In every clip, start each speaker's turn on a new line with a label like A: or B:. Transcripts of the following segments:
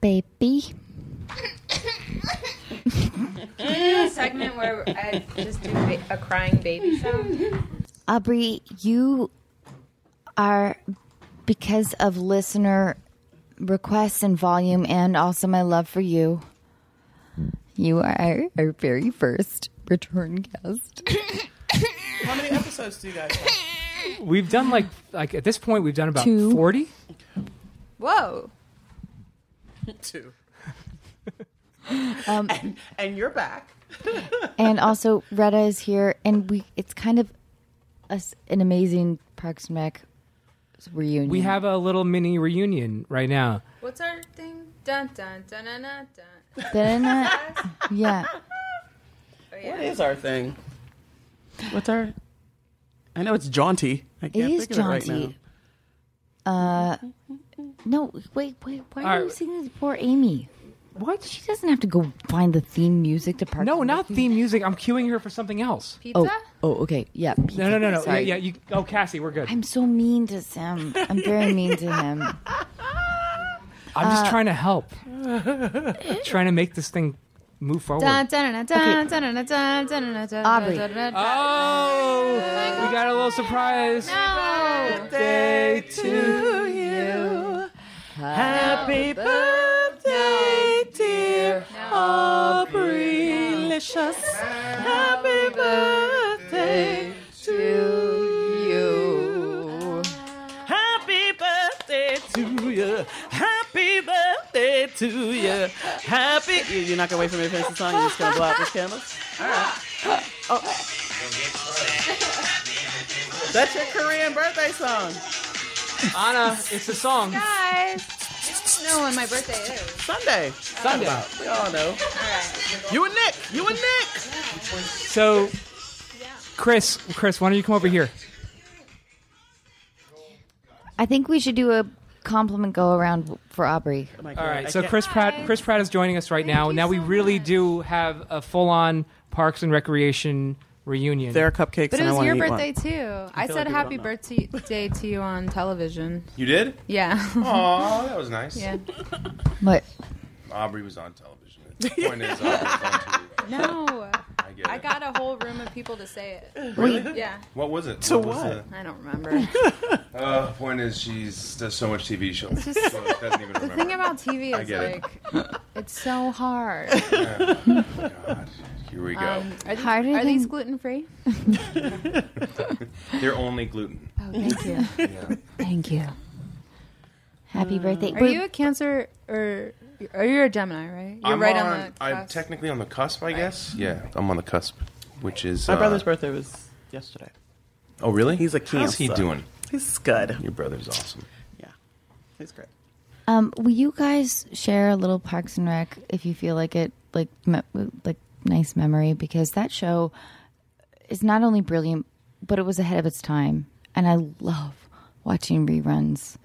A: baby.
B: a segment where I just do ba- a crying baby sound.
A: Aubrey, you are because of listener requests and volume, and also my love for you. You are our very first return guest.
C: How many episodes do you guys have?
D: We've done like like at this point we've done about
A: Two.
D: forty.
B: Whoa.
C: Two.
A: Um,
C: and, and you're back.
A: and also, Retta is here, and we—it's kind of a s an amazing Parks and Rec reunion.
D: We have a little mini reunion right now.
B: What's our thing? Dun dun dun dun dun. dun.
A: Didn't it? uh, yeah.
B: Oh,
C: What
B: yeah.
C: is our thing? What's our? I know it's jaunty. I
A: It
C: can't
A: is
C: think of it right
A: jaunty.
C: now.
A: Uh, No, wait, wait. Why are
D: All
A: you
D: right.
A: singing this poor Amy?
D: What?
A: She doesn't have to go find the theme music to Parks.
D: No,
A: and Rec.
D: not theme music. I'm cueing her for something else.
B: Pizza?
A: Oh, oh, okay. Yeah.
D: No, no, no, no.
A: Sorry.
D: Yeah, yeah, you. Oh, Cassie, we're good. I'm,
A: I'm so mean to Sam. I'm very mean to him. Uh,
D: just trying to help. trying to make this thing move forward.
B: Dun dun dun dun dun dun dun dun dun dun.
A: Aubrey.
B: dun, dun, dun.
D: Oh, we got a little surprise.
B: No.
D: Day two.
C: Happy birthday, dear Aubrey Licious. Happy birthday to you. Happy birthday to you. Happy birthday to you. Happy. You- You're not gonna wait for me to finish the song. You're just gonna blow out this candle. All right. Oh. That's your Korean birthday song.
D: Anna, it's the song.
B: Guys. You know when my birthday is.
C: Sunday.
D: Sunday.
C: We all know. You and Nick. You and Nick.
D: So, Chris, Chris, why don't you come over here?
A: I think we should do a compliment go around for Aubrey.
C: Oh my
D: All
C: God,
D: right.
C: I
D: So
C: can't-
D: Chris Pratt, Chris Pratt is joining us right now.
B: you
D: Now we
B: so
D: really
B: much.
D: do have a full-on Parks and Recreation reunion.
C: There are cupcakes.
B: But
C: and I
B: it was
C: wanna
B: your
C: eat one.
B: birthday too. I,
C: feel like
B: said
C: people
B: happy
C: don't know.
B: birthday to you on television.
E: You did?
B: Yeah.
E: Oh, that was nice.
B: yeah.
A: But
E: Aubrey was on television. The point is, Aubrey was on TV.
B: No.
E: I get
B: I
E: it.
B: got a whole room of people to say it.
E: Really?
B: Yeah.
E: What was it?
C: So
E: was
C: what?
B: I don't remember.
E: the- uh, point is, she's does so much TV shows.
B: just-
E: so it doesn't even remember.
B: The thing about TV
E: I
B: is
E: get it. Oh,
B: like it's so hard.
C: Oh
E: God, here we go.
B: Um, are these,
A: Harder
B: are these
A: than-
B: gluten free?
E: They're only gluten.
A: oh, thank you,
E: Yeah.
A: thank you. Happy
C: Uh,
A: birthday.
B: Are you a Cancer or are you a Gemini? Right? You're
E: I'm
B: right
E: on.
B: on the.
E: I'm
B: cusp.
E: technically on the cusp, I guess. Yeah, I'm on the cusp, which is
C: My
E: uh,
C: brother's birthday was yesterday.
E: Oh, really?
C: He's a
E: How's he
C: cancer.
E: doing?
C: He's good.
E: Your brother's awesome.
C: Yeah, he's great.
A: Um, will you guys share a little Parks and Rec if you feel like it, like me- like nice memory? Because that show is not only brilliant, but it was ahead of its time, and I love watching reruns.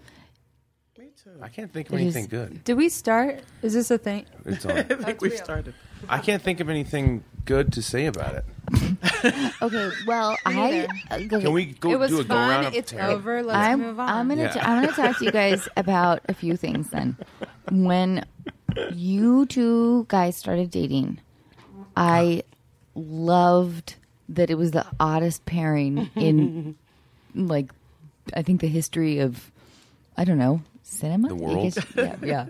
C: Me too.
E: I can't think of
A: It is-
E: anything good.
B: Did we start? Is this a thing?
E: It's on.
C: I think we
B: real.
C: started.
E: I can't think of anything good to say about it.
A: Okay, well, I
B: Me
A: uh,
E: Can we go
B: It was
E: do a go
B: fun.
E: round?
B: It's over. Let's
A: I'm,
B: move on.
A: I'm gonna
E: Yeah.
A: t- I'm gonna talk to you guys about a few things then. When you two guys started dating, I loved that it was the oddest pairing in like I think the history of I don't know cinema.
E: The
A: I
E: world?
A: guess- yeah. yeah.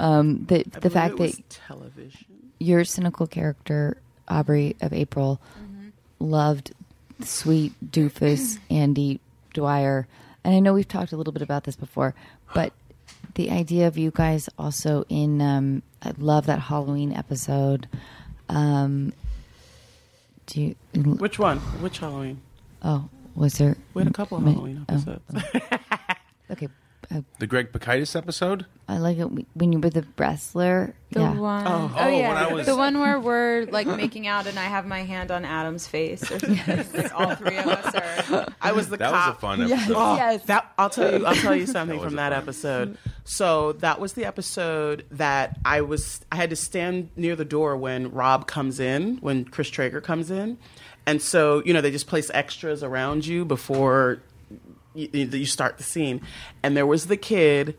A: Um, the the fact that
C: television.
A: your cynical character Aubrey of April loved sweet doofus Andy Dwyer, and I know we've talked a little bit about this before, but the idea of you guys also in um, I love that Halloween episode. Um, do you?
C: Which one? Which Halloween?
A: Oh, was there?
C: We had a couple of
A: Ma-
C: Halloween
A: oh,
C: episodes.
A: okay, uh,
E: The Greg Pakaitis episode?
A: I like it when you were the wrestler.
B: The
A: yeah.
B: one.
C: Oh.
E: Oh,
B: yeah.
E: when I was-
B: The one where we're like making out and I have my hand on Adam's face. Or something. It's all three of us are.
C: I was the
E: That was
C: cop.
E: a fun episode.
C: Oh,
A: Yes.
C: that- I'll tell you. I'll tell you something
E: That was
C: from
E: a
C: that
E: fun-
C: episode. So that was the episode that I was. I had to stand near the door when Rob comes in, when Chris Traeger comes in, and so you know they just place extras around you before you, you start the scene. And there was the kid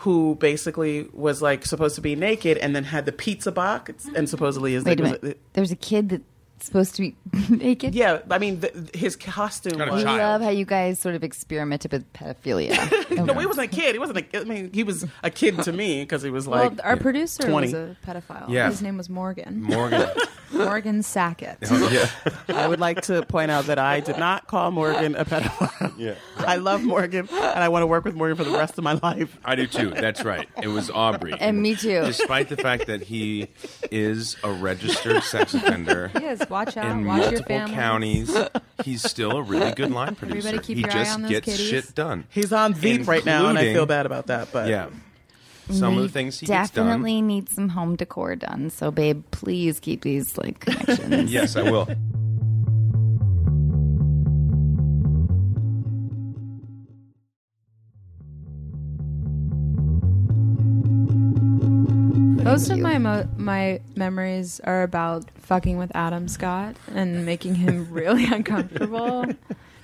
C: who basically was like supposed to be naked and then had the pizza box and supposedly is
A: Wait a
C: was-
A: minute. There's a kid that's supposed to be naked.
C: yeah, I mean the, his costume
E: Not a
A: I
C: was
E: child.
A: love how you guys sort of experimented with pedophilia.
C: No, he wasn't a kid. He wasn't a. I mean, he was a kid to me because he was
B: Well,
C: like.
B: our producer
C: 20.
B: was a pedophile.
E: Yeah.
B: His name was Morgan.
E: Morgan.
B: Morgan Sackett.
E: yeah.
C: I would like to point out that I did not call Morgan a pedophile.
E: Yeah.
C: I love Morgan, and I want to work with Morgan for the rest of my life.
E: I do too. That's right. It was Aubrey.
A: And me too.
E: Despite the fact that he is a registered sex offender
B: Yes, watch out.
E: in
B: watch your
E: multiple
B: family.
E: counties, he's still a really good line producer.
B: Everybody keep
E: he
B: your eye
E: just
B: on those
E: gets
B: kitties.
E: shit done.
C: He's on beat right now, and I feel
E: Including-
C: bad about that. But
E: Yeah. Some of
A: We
E: the things he gets done.
A: definitely need some home decor done. So, babe, please keep these like connections.
E: Yes, I will.
B: Most of my mo- my memories are about fucking with Adam Scott and making him really uncomfortable.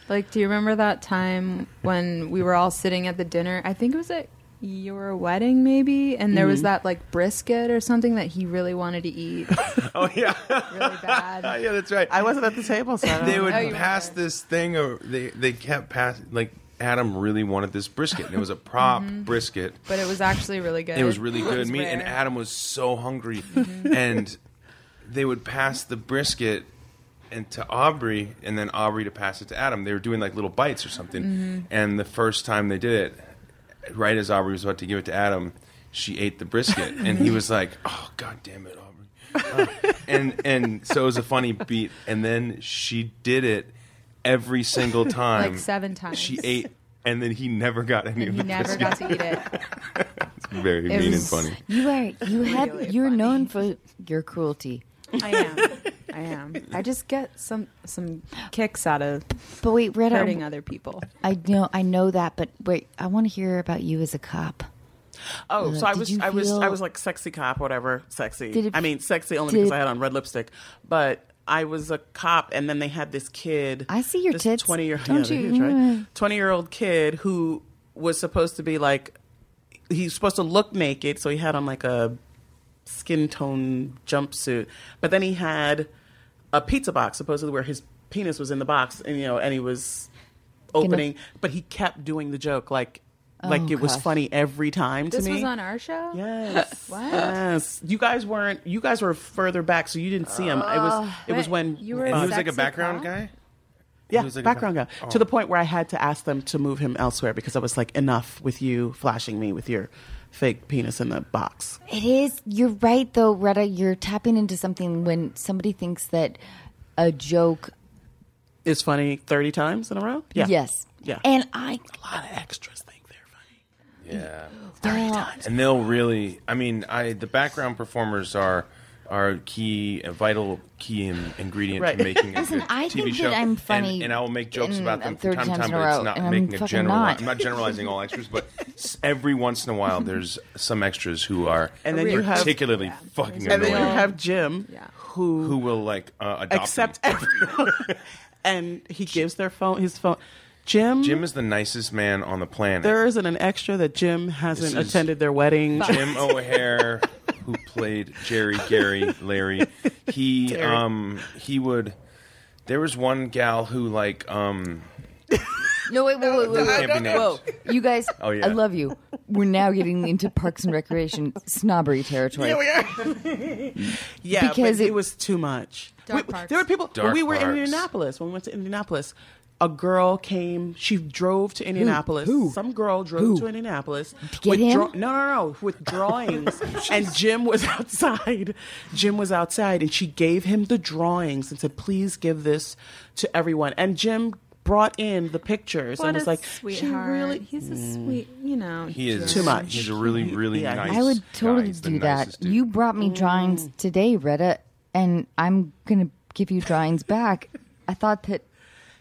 B: Like, do you remember that time when we were all sitting at the dinner? I think it was at your wedding, maybe, and there was
E: Mm-hmm.
B: that like brisket or something that he really wanted to eat
E: Oh yeah.
B: really bad.
E: yeah, that's right.
C: I wasn't at the table, so I don't
E: they
C: know.
E: would
B: Oh, you
E: pass
B: remember.
E: this thing or they they kept pass like Adam really wanted this brisket and it was a prop
B: Mm-hmm.
E: brisket.
B: But it was actually really good.
E: It was really good
B: was
E: meat and
B: rare. Mm-hmm.
E: Adam was so hungry and they would pass the brisket and to Aubrey and then Aubrey to pass it to Adam. They were doing like little bites or something.
B: Mm-hmm.
E: And the first time they did it, right as Aubrey was about to give it to Adam, she ate the brisket and he was like, "Oh god damn it, Aubrey." and and so it was a funny beat. And then she did it every single time.
B: Like seven times.
E: She ate, and then he never got any of
B: He
E: the
B: never
E: biscuit.
B: got to eat it.
E: Very
B: It
E: mean
B: was-
E: and funny.
A: You are you
B: Really
A: have you're
B: funny.
A: known for your cruelty.
B: I am. I am. I just get some some kicks out of
A: But wait, we're at our,
B: hurting other people.
A: I know I know that, but wait, I want to hear about you as a cop.
C: Oh, so I
A: Did
C: was,
A: you
C: I was, I
A: feel-
C: was like sexy cop, whatever, sexy.
A: Did it-
C: I mean, sexy only
A: did-
C: because I had on red lipstick, but I was a cop, and then they had this kid.
A: I see your
C: this
A: tits.
C: Twenty year,
A: Don't you- Mm-hmm.
C: Twenty year old kid who was supposed to be like, he's supposed to look naked, so he had on like a skin tone jumpsuit, but then he had a pizza box, supposedly where his penis was in the box, and you know, and he was opening, but he kept doing the joke like. Like it was
A: Oh, gosh.
C: funny every time to
B: This
C: me.
B: was on our show.
C: Yes.
B: What?
C: Yes. You guys weren't. You guys were further back, so you didn't see him. It was. It was
B: Uh, But
C: when uh,
B: you were
E: And he was
B: Sexy
E: like a background
B: cop?
E: guy.
C: Yeah,
E: he was like a back- Oh.
C: background guy. To the point where I had to ask them to move him elsewhere because I was like, enough with you flashing me with your fake penis in the box.
A: It is. You're right, though, Retta. You're tapping into something when somebody thinks that a joke.
C: It's funny thirty times in a row. Yeah.
A: Yes.
C: Yeah.
A: And I.
C: a lot of extras think they're funny.
E: Yeah.
A: Thirty
B: Oh,
E: And they'll really. I mean, I the background performers are are key, a vital key in, ingredient
C: Right.
E: to making a good
A: I
E: TV
A: think
E: show.
A: that I'm
E: And-
A: funny
E: and, I will make jokes
A: in-
E: about them from
A: 30
E: time to
A: times
E: time,
A: in a
E: but
A: row,
E: it's not
A: and I'm
E: making a
A: fucking
E: general.
A: not.
E: I'm not generalizing all extras, but s- every once in a while, there's some extras who are
C: And then you have-
E: particularly fucking
C: And then
E: annoying.
C: you have Jim,
B: Yeah.
C: who
E: who will like uh, adopt
C: accepts
E: them.
C: everyone, and he gives their phone, his phone. Jim.
E: Jim is the nicest man on the planet.
C: There isn't an extra that Jim hasn't
E: This is-
C: attended their wedding.
E: Jim oh, O'Hare, who played Jerry, Gary, Larry, he um he would. There was one gal who like um
A: No, wait, wait, wait, wait. wait.
E: can't be named.
A: Whoa, you guys!
E: Oh, yeah.
A: I love you. We're now getting into Parks and Recreation snobbery territory.
C: Yeah, we are. yeah,
A: Because
C: because it,
A: it-
C: was too much.
B: Dark
C: We-
B: parks.
C: There were people. when
E: Dark
C: we were in
E: parks.
C: Indianapolis. When we went to Indianapolis, a girl came. She drove to Indianapolis.
A: Who?
C: Some girl drove to Indianapolis.
A: get
C: with
A: him?
C: no, no, no, with drawings. and Jim was outside. Jim was outside, and she gave him the drawings and said, "Please give this to everyone." And Jim brought in the pictures
B: What
C: and was
B: a
C: like,
B: sweetheart.
C: "She really."
B: He's a sweet, you know.
E: he is
C: Too much.
E: He's a really really
C: Yeah.
E: nice.
A: I would
E: guy.
A: totally
E: He's the
A: do that.
E: nicest dude.
A: You brought me drawings
C: Mm.
A: today, Retta, and I'm gonna give you drawings back. I thought that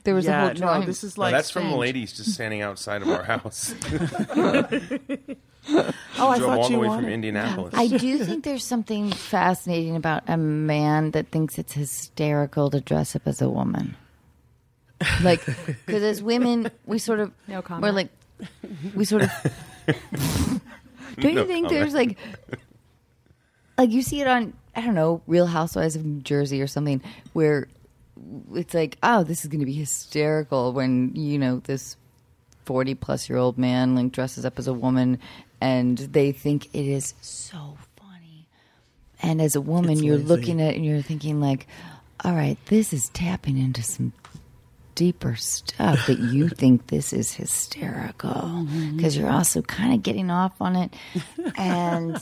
A: there was a
C: Yeah,
A: whole drawing.
C: no, this is
E: No,
C: like
E: that's from the
A: strange.
E: ladies just standing outside of our house.
C: oh, I
E: Drove all
C: thought
E: the
C: you
E: way
C: wanted.
E: from Indianapolis.
A: I do think there's something fascinating about a man that thinks it's hysterical to dress up as a woman. Like, because as women, we sort of
B: No comment.
A: we're like we sort of Don't
E: No
A: you think
E: comment.
A: there's like, like you see it on I don't know Real Housewives of New Jersey or something where it's like, oh, this is going to be hysterical when you know this forty plus year old man like dresses up as a woman and they think it is so funny. And as a woman,
C: It's
A: you're
C: lazy.
A: looking at it and you're thinking like, all right, this is tapping into some deeper stuff that you think this is hysterical
C: Mm-hmm.
A: because you're also kind of getting off on it and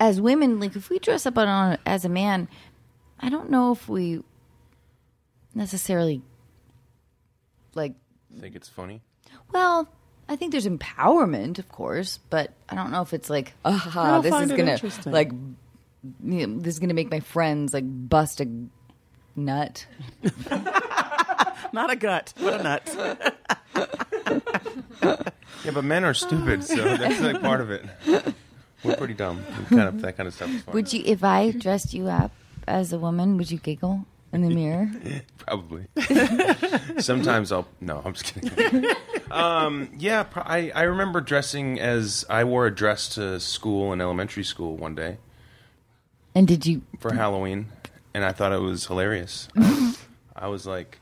A: as women, like if we dress up on, on as a man, I don't know if we necessarily like.
E: Think it's funny?
A: Well, I think there's empowerment, of course, but I don't know if it's like, aha,
C: don't
A: this
C: find
A: is
C: it
A: gonna
C: interesting.
A: like you know, this is gonna make my friends like bust a nut.
C: Not a gut, but a nut.
E: Yeah, but men are stupid, so that's like part of it. We're pretty dumb. We kind of that kind of stuff is funny.
A: Would you, if I dressed you up as a woman, would you giggle in the mirror?
E: Probably. Sometimes I'll. No, I'm just kidding. Um, yeah, pro- I, I remember dressing as. I wore a dress to school in elementary school one day
A: And did you?
E: for Halloween, and I thought it was hilarious. I, I was like,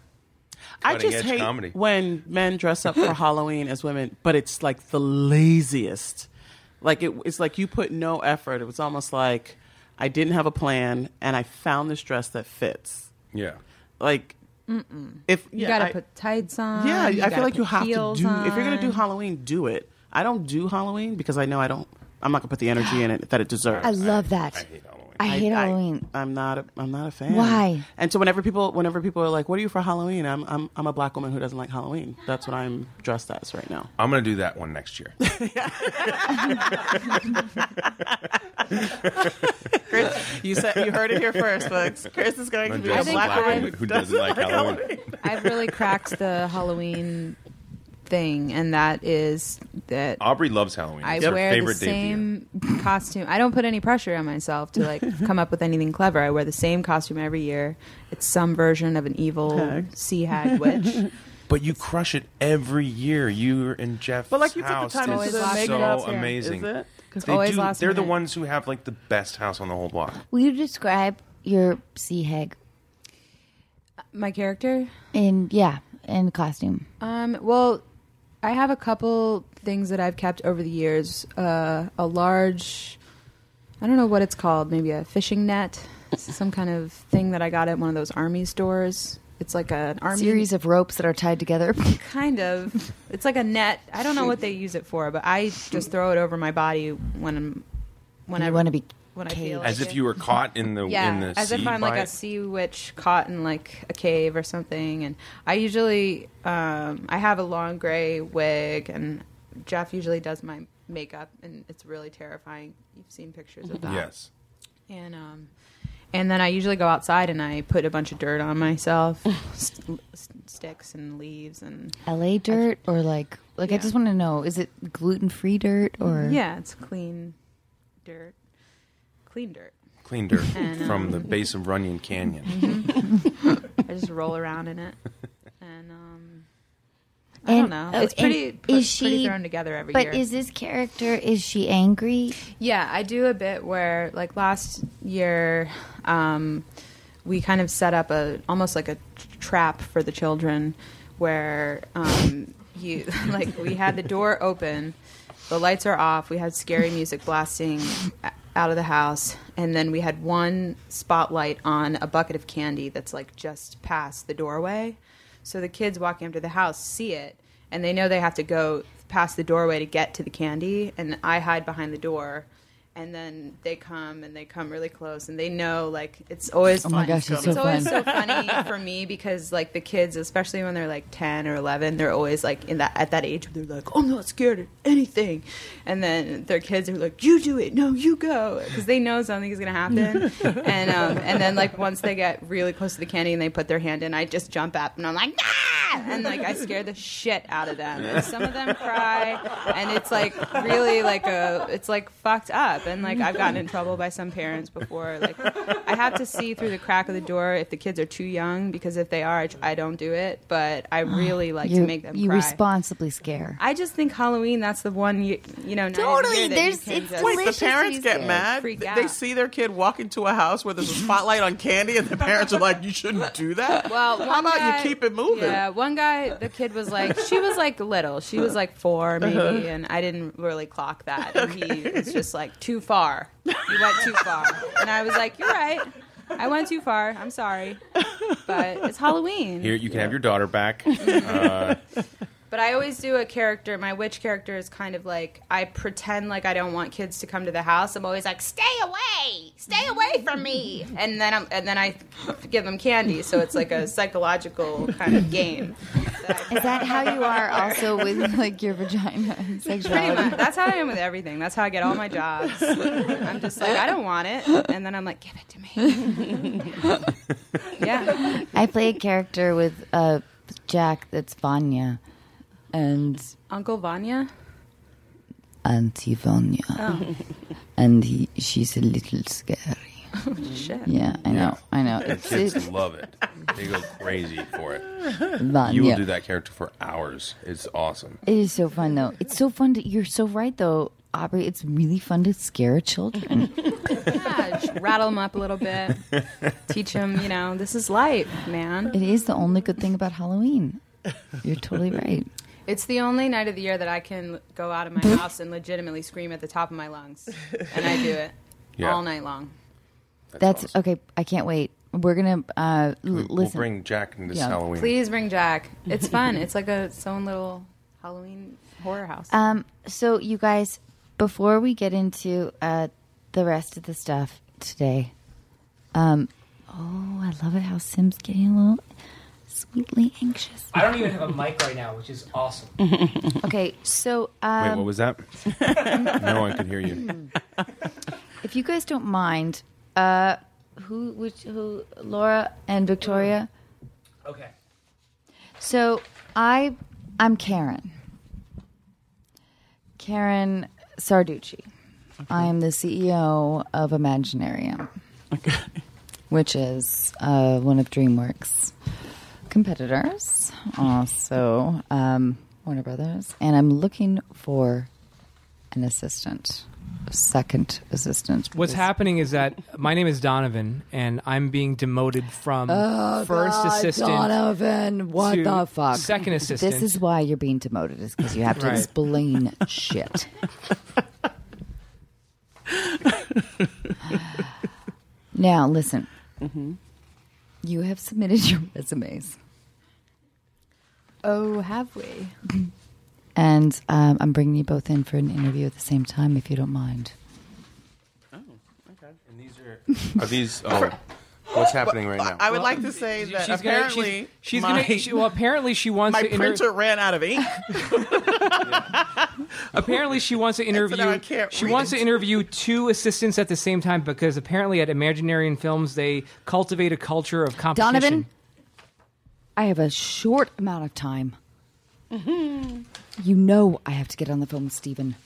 C: I
E: Cutting
C: just
E: edge
C: hate
E: comedy.
C: when men dress up for Halloween as women, but it's like the laziest. Like it, it's like you put no effort. It was almost like I didn't have a plan, and I found this dress that fits.
E: yeah.
C: Like if
B: You
C: yeah,
B: gotta
C: I-
B: put tights on.
C: Yeah,
B: you
C: I
B: gotta
C: feel like
B: put
C: you have to
B: heels
C: do. If you're gonna do
B: on.
C: Halloween, do it. I don't do Halloween because I know I don't. I'm not gonna put the energy in it that it deserves.
A: I love that. I,
E: I hate Halloween.
A: hate Halloween.
C: I, am not. A, I'm not a fan.
A: Why?
C: And so whenever people, whenever people are like, "What are you for Halloween?" I'm, I'm, I'm a black woman who doesn't like Halloween. That's what I'm dressed as right now.
E: I'm gonna do that one next year.
C: Chris, you said you heard it here first, folks. Chris is going to
E: I'm
C: be a
E: just a
C: black,
E: black
C: woman
E: woman who doesn't like Halloween.
B: I've really cracked the Halloween thing, and that is that
E: Aubrey loves Halloween.
B: I
E: It's her
B: wear the
E: favorite day of year.
B: same costume. I don't put any pressure on myself to like come up with anything clever. I wear the same costume every year. It's some version of an evil
C: Hag.
B: sea hag witch.
E: But you crush it every year. You and Jeff.
C: But, like, you took the
E: house
C: time
E: is
B: to do the
E: so
B: makeup, yeah.
E: amazing.
C: Is it? 'Cause
E: They
B: always
E: do,
B: last
E: they're the
B: minute.
E: ones who have like the best house on the whole block.
A: Will you describe your sea hag
B: My character.
A: in yeah in costume?
B: Um, well, I have a couple things that I've kept over the years. Uh, a large, I don't know what it's called, maybe a fishing net, some kind of thing that I got at one of those army stores. It's like an army
A: Series of ropes that are tied together.
B: kind of. It's like a net. I don't know what they use it for, but I just throw it over my body when I'm, when I
A: you want to be
B: when I feel
A: caged.
B: like
E: As if
B: it.
E: you were caught in the
B: yeah,
E: in the
B: as
E: sea
B: if I'm
E: by
B: like a
E: it.
B: sea witch caught in like a cave or something. And I usually, um, I have a long gray wig, and Jeff usually does my makeup, and it's really terrifying. You've seen pictures of
A: Mm-hmm.
B: that.
E: Yes.
B: And um, and then I usually go outside and I put a bunch of dirt on myself, st- st- sticks and leaves and
A: LA dirt or like like I
B: Yeah.
A: just want to know is it gluten free dirt or
B: yeah, it's clean dirt, clean dirt.
E: Clean dirt
B: And,
E: from
B: um,
E: the base of Runyon Canyon.
B: Mm-hmm. I just roll around in it, and um, I
A: And-
B: don't know.
A: oh,
B: it's
A: and
B: pretty, pr-
A: is she-
B: pretty thrown together every
A: But
B: year.
A: is this character is she angry?
B: Yeah, I do a bit where like last year um, we kind of set up a almost like a trap for the children where um, you like we had the door open, the lights are off, we had scary music blasting a- out of the house, and then we had one spotlight on a bucket of candy that's like just past the doorway. So the kids walking up to the house see it, and they know they have to go past the doorway to get to the candy. And I hide behind the door, and then they come and they come really close and they know like it's always
A: Oh
B: fun.
A: my gosh, it's so
B: always
A: fun.
B: so funny for me because like the kids, especially when they're like ten or eleven, they're always like in that at that age where they're like, "I'm not scared of anything," and then their kids are like, "You do it, no, you go," because they know something is gonna happen. and um, and then like once they get really close to the candy and they put their hand in, I just jump up and I'm like, "Ah!" and like I scare the shit out of them. And some of them cry, and it's like really like a it's like fucked up. And like I've gotten in trouble by some parents before. Like I have to see through the crack of the door if the kids are too young because if they are, I, tr- I don't do it. But I really like
A: Ah, you
B: to make them
A: you
B: cry.
A: responsibly scare.
B: I just think Halloween that's the one you you know night of the
A: Totally,
B: year that
A: there's-
B: you can
A: it's
B: just-
C: Wait, the
A: Maliciously
C: parents get
A: scared.
C: mad.
B: Freak
C: They
B: out.
C: see their kid walk into a house where there's a spotlight on candy, and the parents are like, "You shouldn't do that."
B: Well,
C: how
B: one
C: about
B: guy-
C: you keep it moving?
B: Yeah, one guy, the kid was like, she was like little, she was like four maybe,
C: Uh-huh.
B: and I didn't really clock that. And he was just like, too far. You went too far, and I was like, you're right. I went too far. I'm sorry, but it's Halloween.
E: Here, you can have your daughter back. Uh,
B: But I always do a character. My witch character is kind of like I pretend like I don't want kids to come to the house. I'm always like, "Stay away, stay away from me," and then I'm, and then I give them candy. So it's like a psychological kind of game. that I-
A: Is that how you are also with like your vagina and
B: Pretty
A: sexuality?
B: much. That's how I am with everything. That's how I get all my jobs. I'm just like, I don't want it, and then I'm like, give it to me. yeah.
A: I play a character with uh, Jack that's Vanya and
B: Uncle Vanya.
A: Auntie Vanya, and he, she's a little scary.
B: Oh, Shit.
A: Yeah, I know, I know.
E: the
A: It's,
E: kids
A: it's
E: love it. They go crazy for it.
A: Vanya.
E: You will do that character for hours. It's awesome.
A: It is so fun though. It's so fun to. You're so right though, Aubrey. It's really fun to scare children.
B: Yeah, just rattle them up a little bit. Teach them, you know, this is life, man.
A: It is the only good thing about Halloween. You're totally right.
B: It's the only night of the year that I can l- go out of my house and legitimately scream at the top of my lungs, and I do it
E: Yeah.
B: all night long.
A: That's
E: awesome.
A: okay. I can't wait. We're gonna uh, l-
E: We'll
A: listen.
E: bring Jack into this
A: Yeah.
E: Halloween.
B: Please bring Jack. It's fun. It's like a its own little Halloween horror house.
A: Um, so you guys, before we get into uh, the rest of the stuff today, um, oh, I love it how Sim's getting a little sweetly anxious.
D: I don't even have a mic right now, which is awesome.
A: Okay, so um,
E: Wait, what was that? no one could hear you.
A: if you guys don't mind, uh, who, which, who, Laura and Victoria.
D: Okay.
A: So I, I'm Karen. Karen Sarducci. I am the CEO of Imaginarium, which is uh, one of DreamWorks' competitors, also um, Warner Brothers, and I'm looking for an assistant, a second assistant.
D: What's
A: because-
D: happening is that my name is Donovan, and I'm being demoted from
B: Oh,
D: first assistant.
A: Oh, Donovan, what
D: to
A: the fuck?
D: second assistant.
A: This is why you're being demoted, is because you have to
D: Right.
A: explain shit. now, listen. You have submitted your resumes,
B: oh, have we?
A: and um, I'm bringing you both in for an interview at the same time, if you don't mind.
E: And these are, are these? Oh, what's happening right now?
C: I would like to say that
D: She's gonna.
C: apparently
D: She's, she's
C: my,
D: gonna. She, well, apparently she wants
C: my
D: to. inter-
C: printer ran out of ink.
D: apparently she wants to interview.
C: I can't
D: she
C: read
D: wants
C: it.
D: to interview two assistants at the same time because apparently at Imaginarian Films they cultivate a culture of competition.
A: Donovan, I have a short amount of time. You know I have to get on the phone with Steven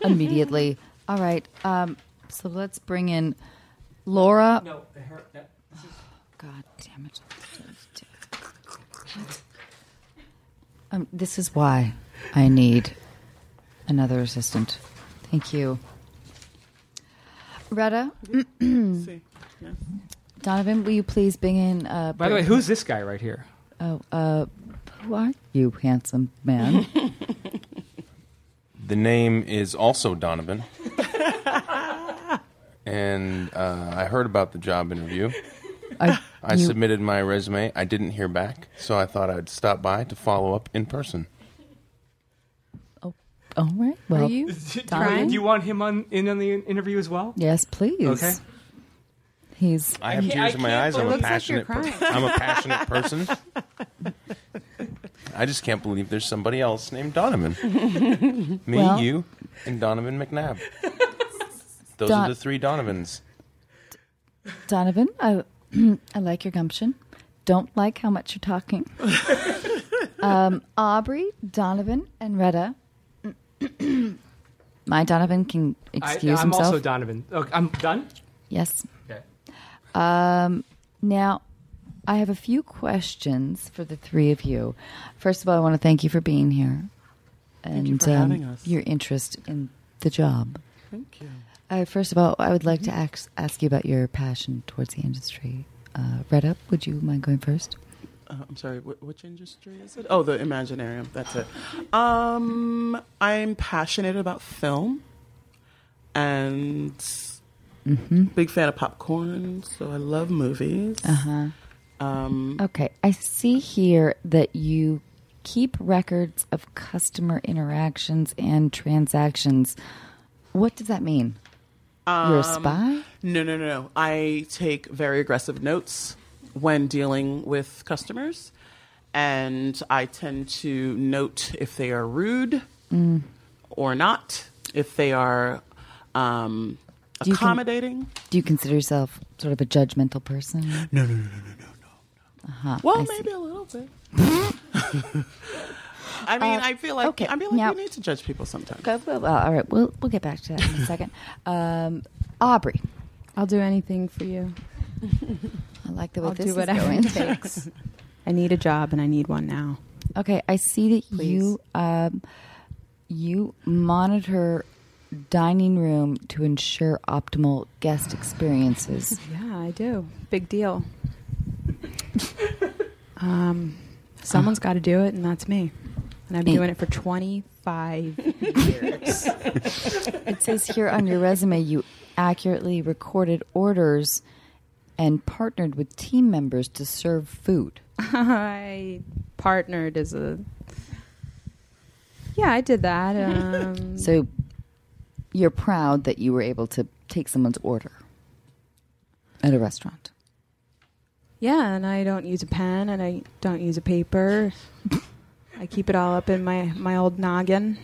A: immediately. All right. Um, so let's bring in
B: Uh,
A: Laura.
D: No, her, that,
A: God damn it. Um, this is why I need another assistant. Thank you. Retta,
D: Mm-hmm.
C: See.
A: Donovan, will you please bring in? Uh,
D: by the way, who's this guy right here?
A: Oh, uh, who are you, handsome man?
E: The name is also Donovan. and uh, I heard about the job interview.
A: I,
E: I
A: you-
E: submitted my resume. I didn't hear back, so I thought I'd stop by to follow up in person.
A: All right. Well,
B: Are you
A: Trying?
D: Do you want him on in on the interview as well?
A: yes, please.
D: Okay.
A: He's
E: I have
D: can't-
E: tears
D: I
E: in my
D: can't
E: eyes. I'm a
B: believe- Looks like you're
E: passionate. per- I'm a passionate person. I just can't believe there's somebody else named Donovan. Me,
A: Well-
E: you, and Donovan McNabb. Those
A: Don-
E: are the three Donovans.
A: Donovan. I I like your gumption. Don't like how much you're talking. um, Aubrey, Donovan, and Retta. My Donovan can excuse
D: I, I'm
A: himself.
D: also Donovan. Okay, I'm done.
A: yes. Um,
D: Okay.
A: Now, I have a few questions for the three of you. First of all, I want to thank you for being here and um,
C: you for having us.
A: your interest in the job.
C: Thank you. Mm-hmm.
A: Uh, first of all, I would like to ask, ask you about your passion towards the industry. Uh, Retta, would you mind going first?
C: Uh, I'm sorry. Wh- which industry is it? Oh, the Imaginarium. That's it. Um, I'm passionate about film, and big fan of popcorn. So I love movies.
A: huh.
C: Um,
A: Okay, I see here that you keep records of customer interactions and transactions. What does that mean? You're a spy?
C: Um, No, no, no, no. I take very aggressive notes when dealing with customers, and I tend to note if they are rude
A: Mm.
C: or not, if they are um,
A: you con-
C: accommodating.
A: Do you consider yourself sort of a judgmental person?
C: No, no, no, no, no, no, no. Uh-huh, well,
A: Ah, I see.
C: maybe a little bit. I mean, I feel like
A: Uh, okay,
C: I feel like
A: now-
C: you need to judge people sometimes.
A: Go- well, well, all right, we'll we'll get back to that in a second. Um, Aubrey,
B: I'll do anything for you.
A: I like the way
B: I'll
A: this
B: do
A: is
B: whatever
A: going.
B: it takes. I need a job and I need one now.
A: Okay, I see that you um, you monitor dining room to ensure optimal guest experiences.
B: Yeah, I do. Big deal. um, someone's got to do it, and that's me. And I've been
A: Ah. Hey.
B: doing it for 25 years.
A: It says here on your resume you accurately recorded orders and partnered with team members to serve food.
B: I partnered as a. Yeah, I did that. Um,
A: So you're proud that you were able to take someone's order at a restaurant.
B: yeah, and I don't use a pen and I don't use a paper. I keep it all up in my, my old noggin,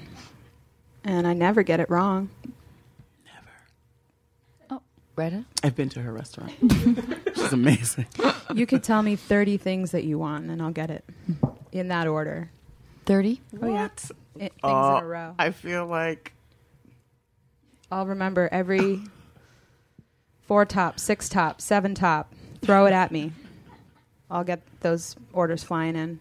B: and I never get it wrong. Oh.
A: Retta?
C: I've been to her restaurant. She's amazing.
B: You could tell me 30 things that you want, and I'll get it in that order.
A: 30?
B: Oh, yeah. I- things
C: Uh,
B: in a row.
C: I feel like
B: I'll remember every four top, six top, seven top. Throw it at me. I'll get those orders flying in.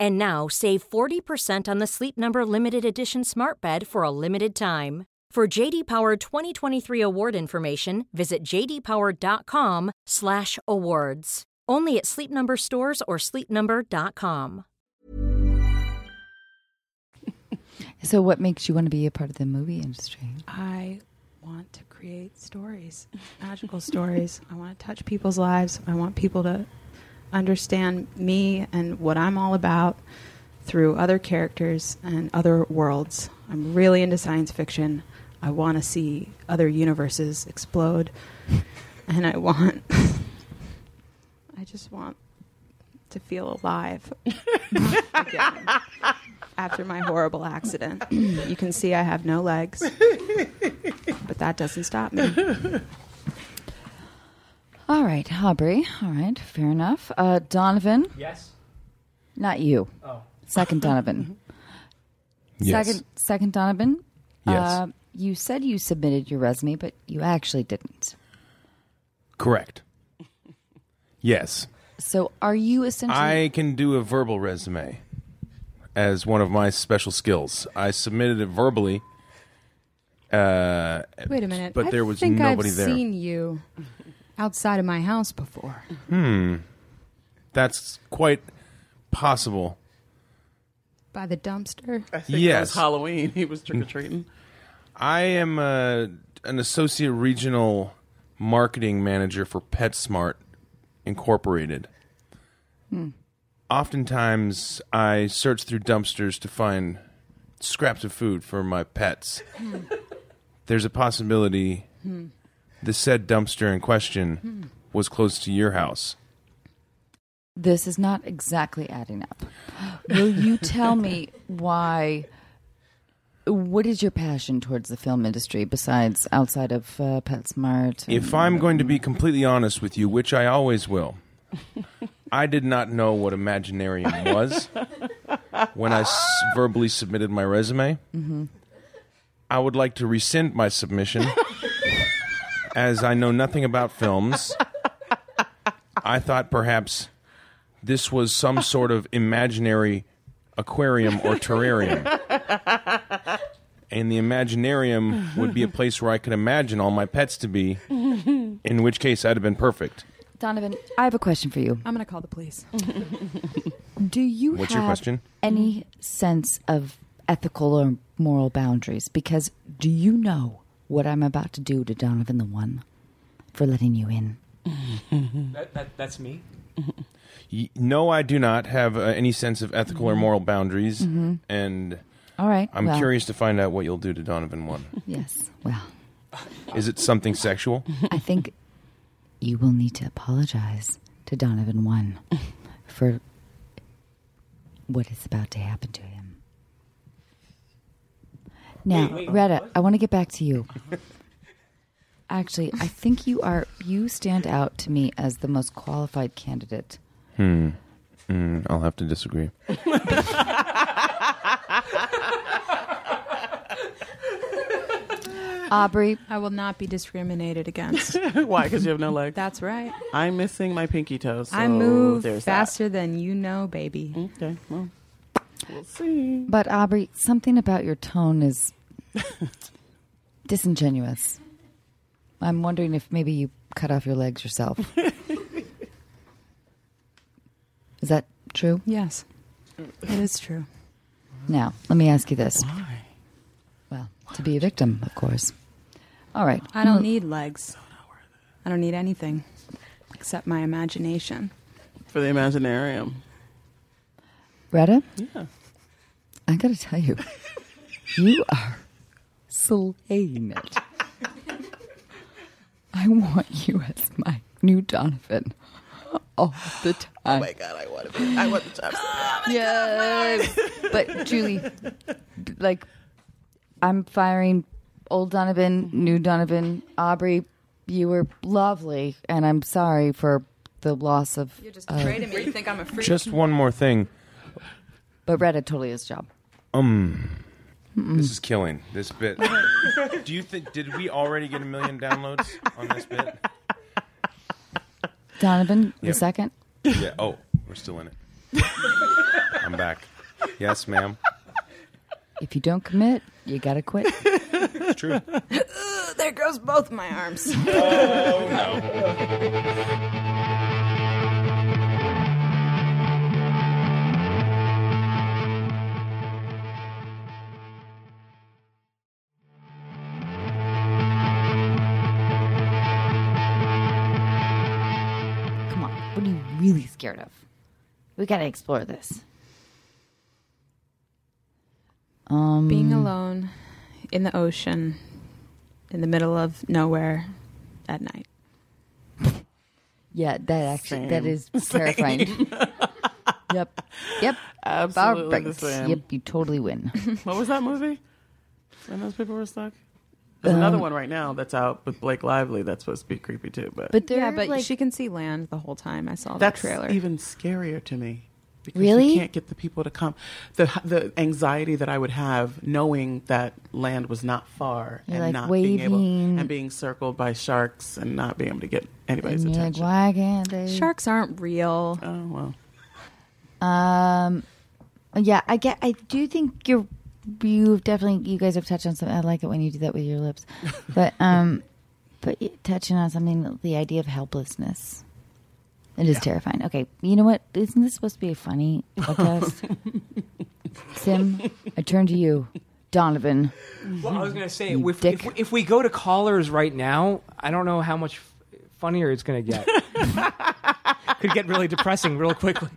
F: And now save 40% on the Sleep Number limited edition Smart Bed for a limited time. For JD Power 2023 award information, visit jdpower.com/awards. Only at Sleep Number stores or sleepnumber.com.
A: So what makes you want to be a part of the movie industry?
B: I want to create stories, magical stories. I want to touch people's lives. I want people to understand me and what I'm all about. through other characters and other worlds. I'm really into science fiction. I want to see other universes explode. And I want. I just want to feel alive again after my horrible accident. you can see I have no legs, but that doesn't stop me.
A: All right, Aubrey. All right, fair enough. Uh, Donovan,
D: Yes.
A: not you.
D: Oh.
A: Second Donovan.
E: Yes.
A: Second, second Donovan.
E: Yes.
A: Uh, you said you submitted your resume, but you actually didn't.
E: Correct. Yes.
A: So, are you essentially?
E: I can do a verbal resume as one of my special skills. I submitted it verbally. Uh,
B: Wait a minute.
E: But
B: I
E: there was
B: think
E: nobody
B: I've
E: there.
B: seen you outside of my house before.
E: Hmm. that's quite possible.
B: By the dumpster.
C: I think
E: Yes.
C: it was Halloween. He was trick or treating.
E: I am uh an associate regional marketing manager for PetSmart Incorporated. Oftentimes, I search through dumpsters to find scraps of food for my pets. There's a possibility the said dumpster in question was close to your house.
A: this is not exactly adding up. Will you tell me why? What is your passion towards the film industry besides outside of uh, PetSmart?
E: If I'm going to be completely honest with you, which I always will, I did not know what Imaginarium was when I s- verbally submitted my resume. I would like to rescind my submission as I know nothing about films. I thought perhaps this was some sort of imaginary aquarium or terrarium. And the Imaginarium would be a place where I could imagine all my pets to be, in which case I'd have been perfect.
A: Donovan, I have a question for you.
B: I'm going to call the police.
A: Do you
E: What's
A: have
E: your question?
A: any sense of ethical or moral boundaries? Because do you know what I'm about to do to Donovan the One for letting you in?
D: That, that, that's me.
E: Y- No, I do not have uh, any sense of ethical or moral boundaries, and
A: Mm-hmm. All right.
E: I'm
A: well,
E: curious to find out what you'll do to Donovan One.
A: Yes. Well,
E: Is it something sexual?
A: I think you will need to apologize to Donovan One for what is about to happen to him. Now, Retta, I want to get back to you. Actually, I think you are you stand out to me as the most qualified candidate.
E: Mm, Hmm. I'll have to disagree.
A: Aubrey,
B: I will not be discriminated against.
C: Why? Because you have no legs.
B: That's right.
C: I'm missing my pinky toe. So
B: I move
C: there's that.
B: faster than you know, baby.
C: Okay. Well, we'll see.
A: but Aubrey, something about your tone is disingenuous. I'm wondering if maybe you cut off your legs yourself. is that true?
B: Yes. It is true.
A: Now, let me ask you this. Well, to be a victim, of course. All right.
B: I don't need legs. I don't need anything except my imagination.
C: For the Imaginarium.
A: Retta,
C: Yeah.
A: I got to tell you, you are slaying it. I want you as my new Donovan all the time.
C: Oh my God, I want to be. I want the job. so
B: Oh
C: bad.
A: Yes. but Julie, like, I'm firing old Donovan, new Donovan, Aubrey. You were lovely, and I'm sorry for the loss of. uh,
B: just afraid of me. You think I'm a freak?
E: Just one more thing.
A: But Retta totally is job.
E: Um. This is killing this bit. do you think? Did we already get a million downloads on this bit?
A: Donovan, the
E: Yep.
A: second.
E: Yeah. Oh, we're still in it. I'm back. Yes, ma'am.
A: If you don't commit, you gotta quit.
E: It's true.
B: There goes both my arms.
C: Oh,
A: Come on, what are you really scared of? We gotta explore this. Um,
B: Being alone in the ocean in the middle of nowhere at night.
A: yeah, that actually that is terrifying. yep, yep,
C: Uh, Absolutely the
A: Perfect.
C: same.
A: Yep, you totally win.
C: What was that movie? When those people were stuck. There's
A: Um,
C: another one right now that's out with Blake Lively that's supposed to be creepy too, but,
A: But there,
B: yeah,
A: are
B: but
A: like,
B: she can see land the whole time. I saw
C: that's
B: the trailer.
C: even scarier to me. Because
A: Really?
C: You can't get the people to come. The the anxiety that I would have knowing that land was not far
A: You're
C: and
A: like
C: not being able
A: waiting.
C: and being circled by sharks and not being able to get anybody's
A: and you're like,
C: attention.
A: why can't they?
B: Sharks aren't real.
C: oh well.
A: Um, yeah, I get. I do think you're. You've definitely. You guys have touched on something. I like it when you do that with your lips, but um, but y- touching on something, the idea of helplessness. It is terrifying. Okay, you know what? Isn't this supposed to be a funny podcast? Sim, I turn to you, Donovan.
D: Well, I was going to say, if,
A: dick.
D: if, if we go to callers right now, I don't know how much f- funnier it's going to get. Could get really depressing real quickly.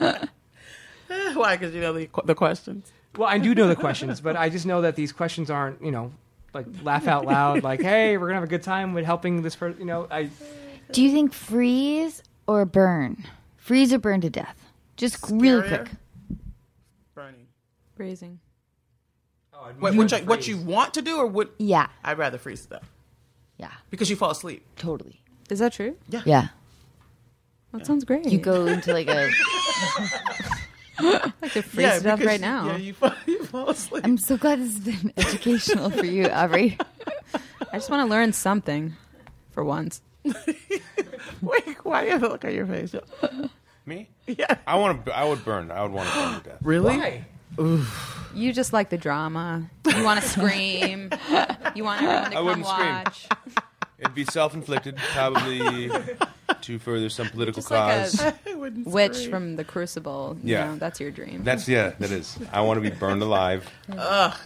C: Eh, Why? Because you know the, the questions.
D: Well, I do know the questions, but I just know that these questions aren't, you know, like laugh out loud, like, hey, we're going to have a good time with helping this person. You know, I
A: Do you think freeze or burn? Freeze or burn to death? Just really
C: Scarier?
A: quick.
C: Burning.
B: Raising.
C: What, which, I- what you want to do or what?
A: Yeah,
C: I'd rather freeze to death
A: yeah,
C: because you fall asleep.
A: totally.
B: Is that true?
A: Yeah,
B: That sounds great.
A: you go into like a.
B: like to freeze it up
C: because-
B: right now.
C: Yeah, you fall, you fall asleep.
A: I'm so glad this has been educational for you, Aubrey.
B: I just want to learn something for once.
C: Wait, why do you have a look on your face?
E: Me?
C: Yeah.
E: I want to. I would burn. I would want to burn to death.
C: Really?
B: You just like the drama. You want to scream. You want
E: I
B: everyone to come
E: wouldn't scream.
B: watch.
E: It'd be self-inflicted, probably to further some political
B: Just like
E: cause.
B: a
C: I wouldn't
B: witch
C: scream.
B: from the Crucible. You
E: Yeah.
B: know, that's your dream.
E: That's yeah. That is. I want to be burned alive.
C: God,